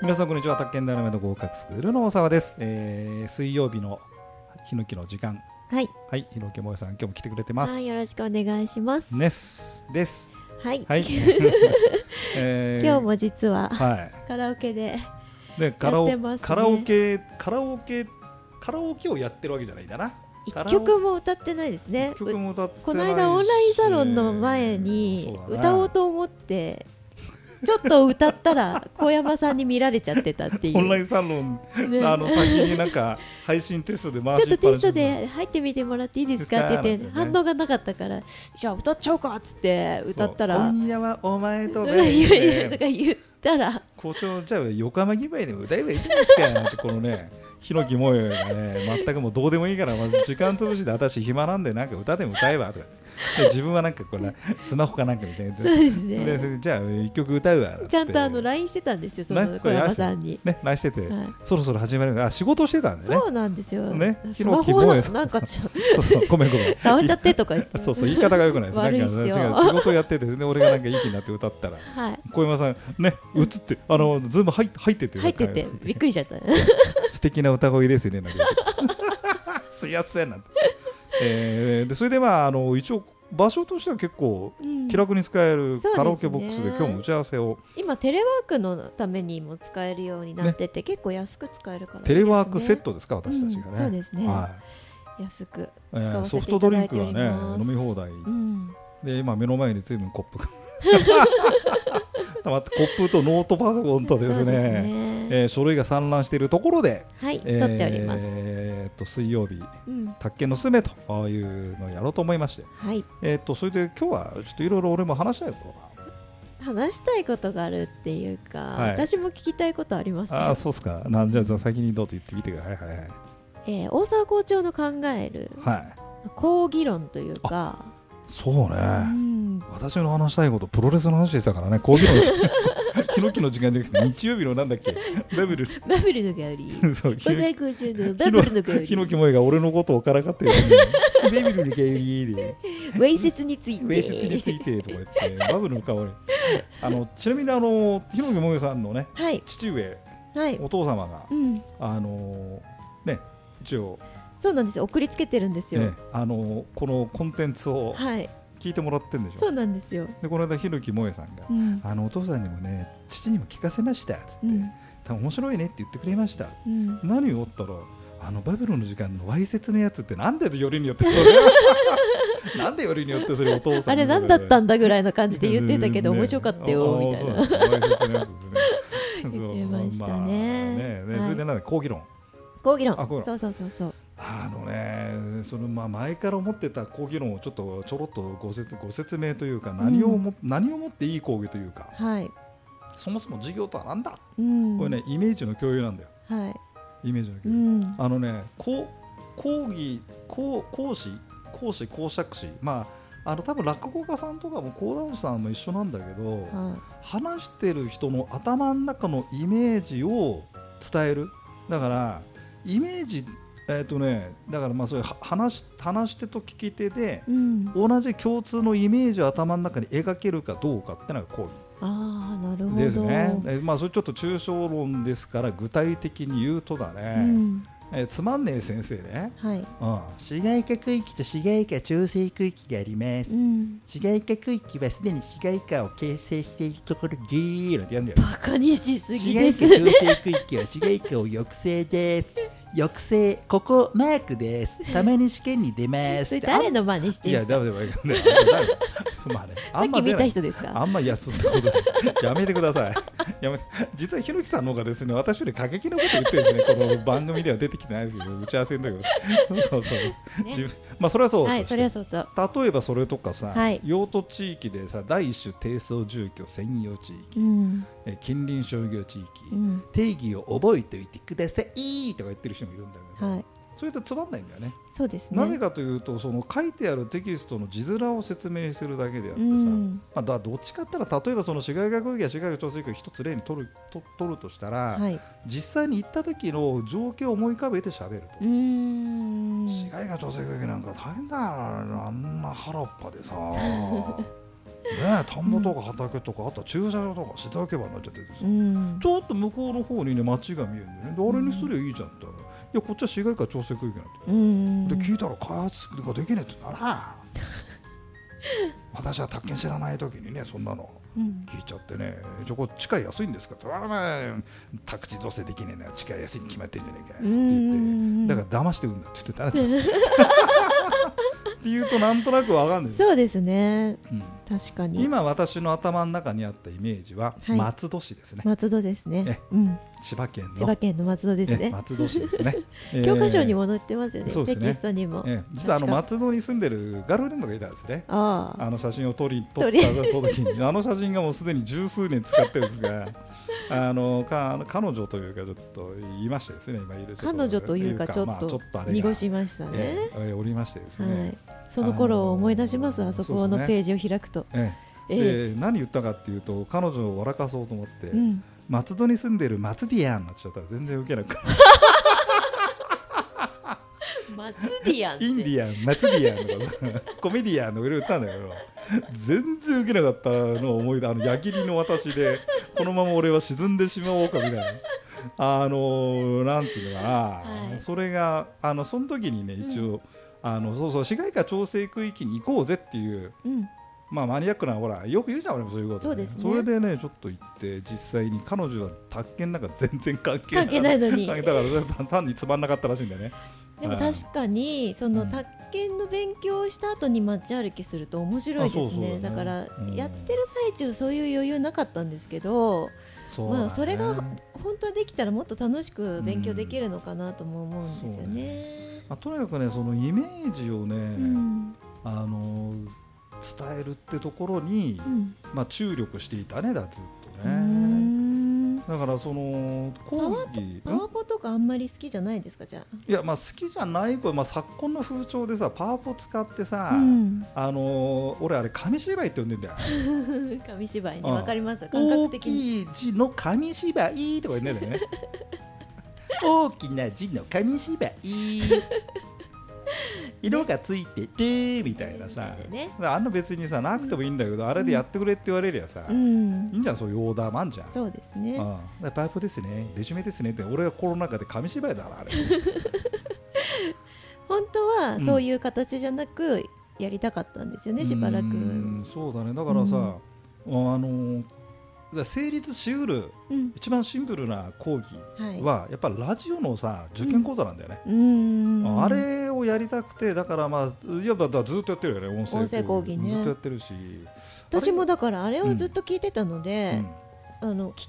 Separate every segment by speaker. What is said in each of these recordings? Speaker 1: 皆さんこんにちは宅建ダイナメント合格スクールの大沢です、えー、水曜日のひのきの時間
Speaker 2: はい、
Speaker 1: はいひのきもえさん今日も来てくれてます
Speaker 2: はい、よろしくお願いします。
Speaker 1: ねっすです
Speaker 2: はい、
Speaker 1: はい、 えー
Speaker 2: 今日も実は
Speaker 1: は
Speaker 2: カラオケで、
Speaker 1: いでカラオ、
Speaker 2: やってますね
Speaker 1: カラオケカラオケカラオケをやってるわけじゃないんだな
Speaker 2: 一
Speaker 1: カラオ
Speaker 2: 曲も歌ってないですね。
Speaker 1: 曲も歌って
Speaker 2: この
Speaker 1: ないし
Speaker 2: 間オンラインサロンの前に
Speaker 1: そうだね
Speaker 2: 歌おうと思って、ちょっと歌っ たら小山さんに見られちゃってたっていう。
Speaker 1: オンラインサロン、
Speaker 2: ね
Speaker 1: あの先になんか配信テストで回し
Speaker 2: ち
Speaker 1: っ
Speaker 2: ょっ
Speaker 1: ぱ
Speaker 2: と
Speaker 1: なし
Speaker 2: テストで入ってみてもらっていいですかって言っ
Speaker 1: で
Speaker 2: て
Speaker 1: すか
Speaker 2: 反応がなかったからじゃあ歌っちゃおうかっつって歌った
Speaker 1: そう
Speaker 2: ら
Speaker 1: 今夜はお前
Speaker 2: と
Speaker 1: と
Speaker 2: か
Speaker 1: ね
Speaker 2: 言うとか言ったら
Speaker 1: 校長じゃあ横浜ギバイでも歌えばいいじゃないですかなんてこの ねヒノキもよがね全くもうどうでもいいからまず時間潰しで私暇なんでなんか歌でも歌えばとか で自分はなんかこれスマホかなんかみたいな
Speaker 2: そうです
Speaker 1: で
Speaker 2: ね
Speaker 1: それでじゃあ一曲歌うわなんつって
Speaker 2: ちゃんとあの LINE してたんですよその小山さんに。
Speaker 1: ね LINE してて、
Speaker 2: はい
Speaker 1: そろそろ始まるあ仕事してたんでね
Speaker 2: そうなんですよ。
Speaker 1: ね
Speaker 2: スマホを
Speaker 1: 昨日希望や
Speaker 2: な
Speaker 1: さん
Speaker 2: なんかちょ
Speaker 1: そうそうごめんごめん
Speaker 2: 触っちゃってとか言っ て。
Speaker 1: そうそう言い方が良くないです
Speaker 2: 悪いっすよ
Speaker 1: なんか違う仕事やっててで俺がなんかいい気になって歌ったら
Speaker 2: は
Speaker 1: 小山さんね映ってあのズーム入って入ってて
Speaker 2: い。入っててびっくりし ちゃった。
Speaker 1: 素敵な歌声ですねなんか すいやつやなんて、えーでそれでまああの一応場所としては結構
Speaker 2: うん
Speaker 1: 気楽に使える
Speaker 2: そうですね
Speaker 1: カラオケボックスで今日も打ち合わせを、
Speaker 2: 今テレワークのためにも使えるようになってて、結構安く使えるからいいです
Speaker 1: テ
Speaker 2: ね、
Speaker 1: レワークセットですか私たちがね、
Speaker 2: うんそうですね
Speaker 1: は
Speaker 2: 安く
Speaker 1: いえー
Speaker 2: 使わ
Speaker 1: ソ
Speaker 2: せ
Speaker 1: フ
Speaker 2: て
Speaker 1: ト
Speaker 2: い
Speaker 1: ドリ
Speaker 2: ただ
Speaker 1: ン
Speaker 2: い
Speaker 1: ク
Speaker 2: てお
Speaker 1: が
Speaker 2: り
Speaker 1: ね
Speaker 2: ます。
Speaker 1: 飲み放題、
Speaker 2: うん。
Speaker 1: で今目の前に随分コップが たまってコップとノートパソコンとです
Speaker 2: そう
Speaker 1: ねえー書類が散乱しているところで、
Speaker 2: はい、
Speaker 1: えー
Speaker 2: 撮っております。
Speaker 1: えーっと水曜日
Speaker 2: うん。
Speaker 1: 宅建のすめとああいうのをやろうと思いまして
Speaker 2: はい。
Speaker 1: えーっとそれで今日はちょっといろいろ俺も話したいことが
Speaker 2: 話したいことがあるっていうか、
Speaker 1: はい
Speaker 2: 私も聞きたいことあります。
Speaker 1: ああそうっすかなんじゃあ先にどうぞ言ってみてくださいはいはいはい
Speaker 2: えー大沢校長の考える
Speaker 1: はい
Speaker 2: 講義論というか、
Speaker 1: そう
Speaker 2: う
Speaker 1: ね
Speaker 2: ん、
Speaker 1: 私の話したいことプロレスの話でしたからね講義の時間 ヒノキの時間じゃなくて日曜日のなんだっけバブル
Speaker 2: バブルのがよ り。
Speaker 1: そう
Speaker 2: 小細工中のバブルのがより
Speaker 1: ヒノキ萌えが俺のことをからかってるのにバブルの香りで
Speaker 2: わいせつについて
Speaker 1: ウェイセについてとか言ってバブルの香りあのちなみにあのヒノキ萌えさんのね
Speaker 2: はい
Speaker 1: 父上
Speaker 2: はい
Speaker 1: お父様が
Speaker 2: うん
Speaker 1: あのーね一応、
Speaker 2: そうなんですよ送りつけてるんですよ、
Speaker 1: ね、あのーこのコンテンツを
Speaker 2: はい
Speaker 1: 聞いてもらってるんでしょ、
Speaker 2: そうなんですよ
Speaker 1: でこの間ひろきもえさんが、
Speaker 2: うん
Speaker 1: あのお父さんにもね父にも聞かせましたっつって、
Speaker 2: うん
Speaker 1: 多分面白いねって言ってくれました
Speaker 2: うん
Speaker 1: 何をおったらあのバブルの時間のわいせつのやつってなんでよりによって なんでよりによってそれお父さん
Speaker 2: あれ何だった
Speaker 1: ん
Speaker 2: んだぐらいの感じで言ってたけど面白かったよみたいな
Speaker 1: な。言
Speaker 2: 言ってましたね
Speaker 1: ねね
Speaker 2: はい
Speaker 1: それでなんだ講義論
Speaker 2: 講義論
Speaker 1: あ講義
Speaker 2: そうそうそうそう
Speaker 1: あのね、そのまあ前から思ってた講義論をちょっとちょろっとご説ご説明というか何をも、何をもっていい講義というか
Speaker 2: はい
Speaker 1: そもそも授業とは何だ、
Speaker 2: うん
Speaker 1: これねイメージの共有なんだよ
Speaker 2: はい
Speaker 1: イメージの
Speaker 2: う
Speaker 1: 共有、
Speaker 2: ん
Speaker 1: あのねこう講義講講師講師講釈師まああの多分落語家さんとかも講談師さんも一緒なんだけど
Speaker 2: は
Speaker 1: 話してる人の頭の中のイメージを伝えるだからイメージえっ、とねだからまあそういうは話し話し手と聞き手で
Speaker 2: いうん
Speaker 1: 同じ共通のイメージを頭の中に描けるかどうかってのが講
Speaker 2: ああなるほ
Speaker 1: 義
Speaker 2: ど
Speaker 1: ですね、えまあそれちょっと抽象論ですから具体的に言うとだ
Speaker 2: う
Speaker 1: ね、
Speaker 2: ん
Speaker 1: えつまんねえ先生ね、
Speaker 2: はい
Speaker 1: うん、市街化区域と市街化調整区域があります
Speaker 2: うん
Speaker 1: 市街化区域はすでに市街化を形成しているところでーなんてやるんだよ
Speaker 2: バカにしすぎ
Speaker 3: 市
Speaker 2: で
Speaker 3: 街
Speaker 2: す
Speaker 3: 化調整区域は市街化を抑制です。抑制、ここマークです。たまに試験に出ま
Speaker 2: そ
Speaker 3: す
Speaker 2: れ。誰の真似して
Speaker 1: い
Speaker 2: る
Speaker 1: や、
Speaker 2: んです
Speaker 1: だめだめだめ。まあね、
Speaker 2: か
Speaker 1: あん
Speaker 2: さっ
Speaker 1: ま
Speaker 2: き
Speaker 1: 出
Speaker 2: 見
Speaker 1: な
Speaker 2: た
Speaker 1: い。
Speaker 2: 人ですか
Speaker 1: あんま安っことないやめてください。やめ実はひろきさんの方がですね、私より過激なこと言ってるんですね、この番組では出てきてないですけど、打ち合わせの時は。そうそうそう。自分まあ、それはそうと
Speaker 2: は
Speaker 1: し
Speaker 2: い
Speaker 1: て
Speaker 2: それはそうと
Speaker 1: 例えばそれとかさ、
Speaker 2: はい
Speaker 1: 用途地域でさ第一種低層住居専用地域、
Speaker 2: うん
Speaker 1: え近隣商業地域、
Speaker 2: うん
Speaker 1: 定義を覚えておいてくださいとか言ってる人もいるんだけど、
Speaker 2: はい
Speaker 1: それってつまんないんだよね。
Speaker 2: そうですね
Speaker 1: なぜかというとその書いてあるテキストの字面を説明するだけであって
Speaker 2: う
Speaker 1: さ、
Speaker 2: ん
Speaker 1: まあ、だどっちかって言ったら例えばその市街学域や市街学調整区を一つ例に取ると取るとしたら、
Speaker 2: はい
Speaker 1: 実際に行った時の情景を思い浮かべて喋ると。
Speaker 2: うーん
Speaker 1: 市 街化調整区域なんか大変だよあんな原っぱでさねね田んぼとか畑とか、あとは駐車場とか静岡場になっちゃってて
Speaker 2: う、ん
Speaker 1: ちょっと向こうの方にね街が見えるんだよねであれにすりゃいいじゃんって言ったら、いやこっちは市街化調整区域なんて、
Speaker 2: うん
Speaker 1: で聞いたら開発ができねえって言った ら私は宅建知らない時にねそんなの
Speaker 2: うん
Speaker 1: 聞いちゃってね「じゃあこっち地い安いんですか?」って言ったらまあ宅地造成できねえな地い安いに決まってんじゃねえか」っつって
Speaker 2: う
Speaker 1: 言って
Speaker 2: ん
Speaker 1: だから騙してるんだって言ってたねっていうとなんとなくわかんないです、
Speaker 2: そうですね
Speaker 1: うん
Speaker 2: 確かに
Speaker 1: 今私の頭の中にあったイメージは
Speaker 2: はい
Speaker 1: 松戸市ですね、
Speaker 2: 松戸ですね
Speaker 1: え
Speaker 2: うん
Speaker 1: 千葉県の
Speaker 2: 千葉県の松戸です
Speaker 1: え
Speaker 2: ね
Speaker 1: 松戸市ですね
Speaker 2: 教科書にも載ってますよね
Speaker 1: そうで
Speaker 2: テ
Speaker 1: すね
Speaker 2: キストにも
Speaker 1: えーえー実はあの
Speaker 2: 確か
Speaker 1: 松戸に住んでるガルレンドがいたんですね
Speaker 2: ああ
Speaker 1: あの写真を撮り撮
Speaker 2: 撮
Speaker 1: っ
Speaker 2: り
Speaker 1: た時にあの写真がもうすでに十数年使ってるんです があのかあの彼女というかちょっと言いましてですね今いるちょっ
Speaker 2: 彼女というかちょ
Speaker 1: まあ
Speaker 2: っ
Speaker 1: ちょ
Speaker 2: と
Speaker 1: っとあれが
Speaker 2: 濁しましたね
Speaker 1: ええええおりましてです
Speaker 2: は
Speaker 1: ね、
Speaker 2: いその頃を思い出します
Speaker 1: あの
Speaker 2: あそこ
Speaker 1: そうです
Speaker 2: の
Speaker 1: ね
Speaker 2: ページを開くと
Speaker 1: ええ
Speaker 2: ええ
Speaker 1: で何言ったかっていうと彼女を笑かそうと思って、
Speaker 2: うん
Speaker 1: 松戸に住んでる松ディアンになっちゃったら全然ウケなくて
Speaker 2: 松ディアンって
Speaker 1: インディアン松ディアンと かさコメディアンとかいろいろ言ったんだけど全然ウケなかったのを思い出あの矢切の私でこのまま俺は沈んでしまおうかみたいな。あのなんていうのかな、
Speaker 2: はい
Speaker 1: それがあのその時にね一応、あのそうそう市街化調整区域に行こうぜっていう
Speaker 2: うん
Speaker 1: まあ、マニアックなほらよく言うじゃん俺もそういうこと、
Speaker 2: そうですね
Speaker 1: それでねちょっと行って実際に彼女は宅建なんか全然関係ない
Speaker 2: 関係ないのに
Speaker 1: だから単単につまんなかったらしいんだよね
Speaker 2: でも確かにその宅建の勉強をした後に街歩きすると面白いですね
Speaker 1: あそうそうだね
Speaker 2: だから
Speaker 1: うん
Speaker 2: やってる最中そういう余裕なかったんですけど、
Speaker 1: そ
Speaker 2: まあそれが本当にできたらもっと楽しく勉強できるのかなとも思うんですよね。
Speaker 1: まあ、とにかくねそのイメージをね、
Speaker 2: うん
Speaker 1: あの伝えるってところに、
Speaker 2: うん
Speaker 1: まあ、注力していたねだずっと
Speaker 2: うー
Speaker 1: ね
Speaker 2: ん
Speaker 1: だからその講義
Speaker 2: パワポとかあんまり好きじゃないですかじゃ
Speaker 1: いやまあ好きじゃない子、まあ、昨今の風潮でさパワポ使ってさ、
Speaker 2: あ。うん、
Speaker 1: あの俺あれ紙芝居って呼んでんだよ
Speaker 2: 紙芝居に
Speaker 1: うん
Speaker 2: わかります感
Speaker 1: 大
Speaker 2: 覚的に。
Speaker 1: きい字の紙芝居とか言うんだよね 大きな字の紙芝居色がついてるみたいなさ、
Speaker 2: ね
Speaker 1: あんな別にさなくてもいいんだけど、あれでやってくれって言われりゃさ、
Speaker 2: う
Speaker 1: い
Speaker 2: ん、
Speaker 1: いんじゃんそういうオーダーマンじゃん
Speaker 2: そうです
Speaker 1: う
Speaker 2: ね。
Speaker 1: ん、だからパイプですね、レジュメですねって、俺はコロナ禍で紙芝居だな、あれ。
Speaker 2: 本当は
Speaker 1: うん
Speaker 2: そういう形じゃなくやりたかったんですよね、しばらく。
Speaker 1: うんそうだね、だからさ、
Speaker 2: うん
Speaker 1: あのだから成立しうる
Speaker 2: うん、
Speaker 1: 一番シンプルな講義
Speaker 2: はい。
Speaker 1: は、やっぱラジオのさ、受験講座なんだよね。
Speaker 2: うーん。
Speaker 1: あれをやりたくてだからまあいやだからずっとやってるよね音声
Speaker 2: 音声講義ね
Speaker 1: ずっとやってるし
Speaker 2: 私も
Speaker 1: だ
Speaker 2: だからあれをずっと聞いてたの
Speaker 1: う
Speaker 2: で
Speaker 1: ん、
Speaker 2: あのき聞き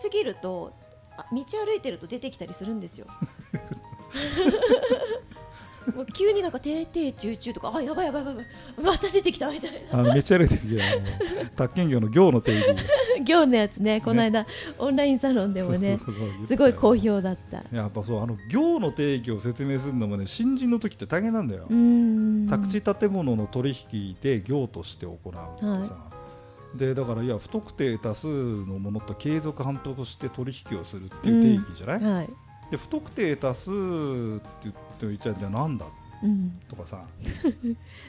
Speaker 2: すぎるとあ道歩いてると出てきたりするんで すよ。もう急になんか「てーてーちゅうちゅう」とか「あやばいやばいやばいまた出てきた」みたいな
Speaker 1: あのめっちゃ歩いてるけどあの宅建業の業の定義
Speaker 2: 行のやつねこの間オンラインサロンでもね
Speaker 1: そうそうそう
Speaker 2: すごい好評だった。
Speaker 1: やっぱそうあの業の定義を説明するのもね新人の時って大変なんだよ
Speaker 2: う、ーん
Speaker 1: 宅地建物の取引で業として行うとかさ、
Speaker 2: は
Speaker 1: でだからいや不特定多数のものと継続反復して取引をするっていう定義じゃない、
Speaker 2: はい、
Speaker 1: で不特定多数って言っていちゃじゃあなんだ
Speaker 2: うん、
Speaker 1: とかさ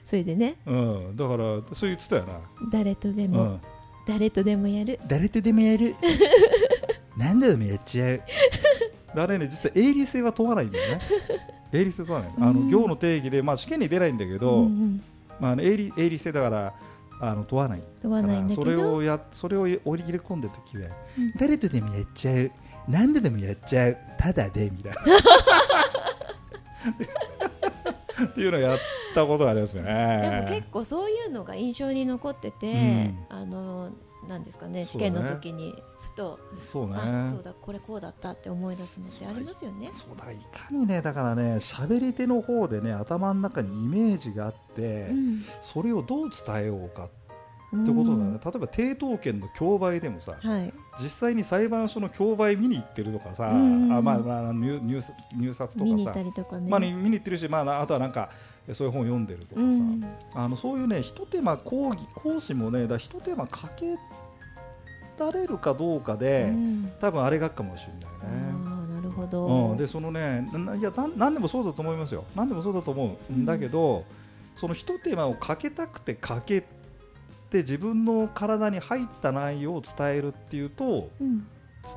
Speaker 2: それでね
Speaker 1: うん、だからそう言ってたよな、
Speaker 2: 誰とで
Speaker 1: う
Speaker 2: も、
Speaker 1: ん、
Speaker 2: 誰とでもやる
Speaker 3: 誰とでもや る何度でもやっちゃう
Speaker 1: であれね実は営利性は問わないんだよね営利性問わないあ
Speaker 2: う
Speaker 1: の
Speaker 2: ん
Speaker 1: 業の定義で、まあ、試験に出ないんだけど、
Speaker 2: うんうん
Speaker 1: まあ、あの営利営利性だからあの問わない
Speaker 2: 問わないんだ
Speaker 1: そ
Speaker 2: け
Speaker 1: れ
Speaker 2: ど
Speaker 1: をやそれを織り切れ込んでる時は
Speaker 3: 誰とでもやっちゃう何度でもやっちゃうただでみたい な
Speaker 1: っていうのをやったことがありますよね
Speaker 2: でも結構そういうのが印象に残ってて、あのなんですかね
Speaker 1: そ
Speaker 2: 試
Speaker 1: うだ
Speaker 2: 験
Speaker 1: ね
Speaker 2: の時にふと、
Speaker 1: そうね
Speaker 2: あそうだこれこうだったって思い出すのってありますよね。
Speaker 1: そうだいかにねだからね喋り手の方でね頭の中にイメージがあって、それをどう伝えようかってことだね、例えば抵当権の競売でもさ、
Speaker 2: うんはい、
Speaker 1: 実際に裁判所の競売見に行ってるとかさ、
Speaker 2: うん
Speaker 1: あまあ、まあ、入入札入札と
Speaker 2: 見
Speaker 1: か
Speaker 2: に行っ
Speaker 1: さ
Speaker 2: たりとかね。
Speaker 1: まあ、見に行ってるし、まあ、あとはなんかそういう本読んでるとか
Speaker 2: う
Speaker 1: さ、
Speaker 2: ん、
Speaker 1: あのそういうねひと手間講義講師もねだからひと手間かけられるかどうかで、
Speaker 2: うん
Speaker 1: 多分あれがかもしれ
Speaker 2: あ
Speaker 1: ないね。
Speaker 2: あなるほど、
Speaker 1: うん、でそのねないやなん何でもそうだと思いますよ何でもそうだと思うんだけど、そのひと手間をかけたくてかけで自分の体に入った内容を伝えるっていうと
Speaker 2: うん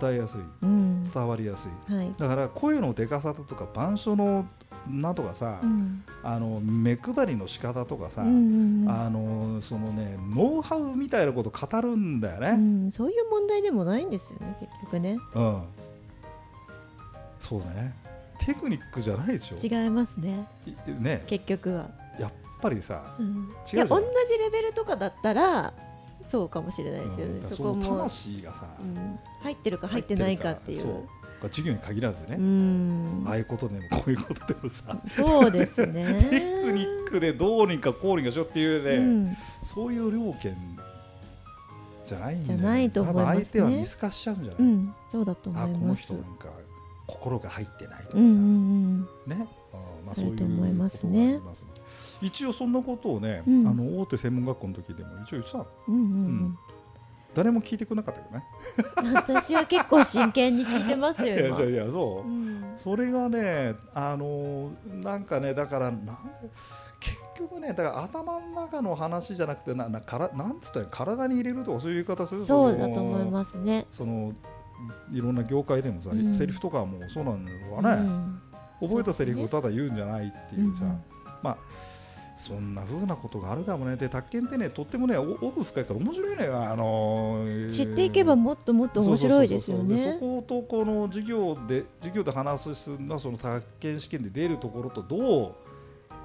Speaker 1: 伝えやすい
Speaker 2: うん
Speaker 1: 伝わりやすい
Speaker 2: はい
Speaker 1: だから声のでかさだとか板書のなとかさ、
Speaker 2: うん
Speaker 1: あの目配りの仕方とかさ、
Speaker 2: うんうんうん
Speaker 1: あのそのねノウハウみたいなこと語るんだよ
Speaker 2: う
Speaker 1: ね、
Speaker 2: んそういう問題でもないんですよね結局ね
Speaker 1: うんそうだねテクニックじゃないでしょ
Speaker 2: 違いますね
Speaker 1: いね
Speaker 2: 結局は、
Speaker 1: やっぱりさ
Speaker 2: うん
Speaker 1: 違う
Speaker 2: い
Speaker 1: じゃ
Speaker 2: や
Speaker 1: ん
Speaker 2: 同じレベルとかだったらそうかもしれないですよ
Speaker 1: うんだから
Speaker 2: ね、そ
Speaker 1: そ
Speaker 2: こ
Speaker 1: の
Speaker 2: も、
Speaker 1: 魂がさ、
Speaker 2: うん、入ってるか入ってないかってい
Speaker 1: そう
Speaker 2: う
Speaker 1: が授業に限らずね、
Speaker 2: うん
Speaker 1: ああいうことでもこういうことでもさ、
Speaker 2: そうで すね
Speaker 1: テクニックでどうにかこうにかしようっていうね、
Speaker 2: うん
Speaker 1: そういう料金じゃないんだよ
Speaker 2: じゃないと思いま
Speaker 1: 多
Speaker 2: すね
Speaker 1: 分相手は見透かしちゃうんじゃな
Speaker 2: う
Speaker 1: い、
Speaker 2: ん、そうだと思
Speaker 1: あ
Speaker 2: い
Speaker 1: この
Speaker 2: ます
Speaker 1: 人
Speaker 2: う
Speaker 1: なんんか心が入ってないとかさ、
Speaker 2: うんうん
Speaker 1: ね、うんまあ、
Speaker 2: あ
Speaker 1: そういう
Speaker 2: ると思いますね
Speaker 1: ことがあります一応そんなことをね、
Speaker 2: うん
Speaker 1: あの大手専門学校の時でも一応言ってたの
Speaker 2: うんうん
Speaker 1: うん誰も聞いてくれなかったけどね
Speaker 2: うん私は結構真剣に聞いてま すよ
Speaker 1: いや
Speaker 2: 今
Speaker 1: いやいやそう、
Speaker 2: うん
Speaker 1: それがね、あのなんかね、だからなんで、結局ね、だから頭の中の話じゃなくて、ななからなんつったら体に入れるとか、そういう言い方する
Speaker 2: そうだと思い
Speaker 1: す。
Speaker 2: ますね
Speaker 1: そのいろんな業界でもさ、
Speaker 2: うん
Speaker 1: セリフとかもそうなんだろう
Speaker 2: う
Speaker 1: ね、
Speaker 2: ん
Speaker 1: 覚えたセリフをただ言うんじゃないっていうさ、
Speaker 2: うんうん
Speaker 1: まあそんなふうなことがあるかもねで宅建ってねとってもねお奥深いから面白いのよ、あのー
Speaker 2: 知っていけばもっともっと面白いですよ
Speaker 1: そう
Speaker 2: ね
Speaker 1: そうそうそうでそことこの授業で授業で話すのその宅建試験で出るところとどう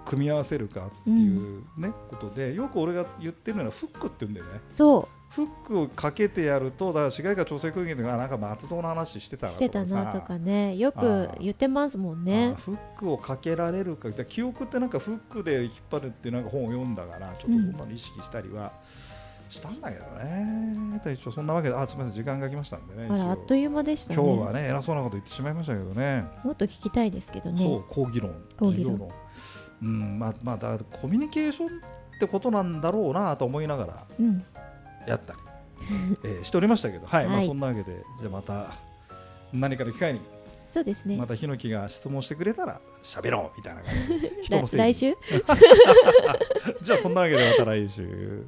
Speaker 1: 組み合わせるかっていうね、ことでよく俺が言ってるのはフックって言うんだよね
Speaker 2: そ
Speaker 1: フックをかけてやるとだから市街化調整区域とかあなんか松戸の話してた
Speaker 2: う
Speaker 1: な
Speaker 2: してたな
Speaker 1: さ
Speaker 2: とかねよく言ってますもん
Speaker 1: あ
Speaker 2: ね
Speaker 1: フックをかけられるかだから記憶ってなんかフックで引っ張るってなんか本を読んだからちょっとそんなの意識したりはしたんだけどね、で一応そんなわけであすみません時間が来ましたんでね
Speaker 2: あらあっという間でした
Speaker 1: 一
Speaker 2: ね
Speaker 1: 応今日はね偉そうなこと言ってしまいましたけどね
Speaker 2: もっと聞きたいですけど
Speaker 1: そ
Speaker 2: ね
Speaker 1: う講義論
Speaker 2: 講義
Speaker 1: 授
Speaker 2: 論
Speaker 1: 業論うんまあまあだからコミュニケーションってことなんだろうなと思いながら
Speaker 2: うん
Speaker 1: や ったり、えーしておりましたけどはい、ま
Speaker 2: は
Speaker 1: あ
Speaker 2: い
Speaker 1: そんなわけでじゃあまた何かの機会に
Speaker 2: そうですね
Speaker 1: またヒノキが質問してくれたら喋 ろうみたいな感じで人
Speaker 2: 来
Speaker 1: のせいに
Speaker 2: 来週
Speaker 1: じゃあそんなわけでまた来週。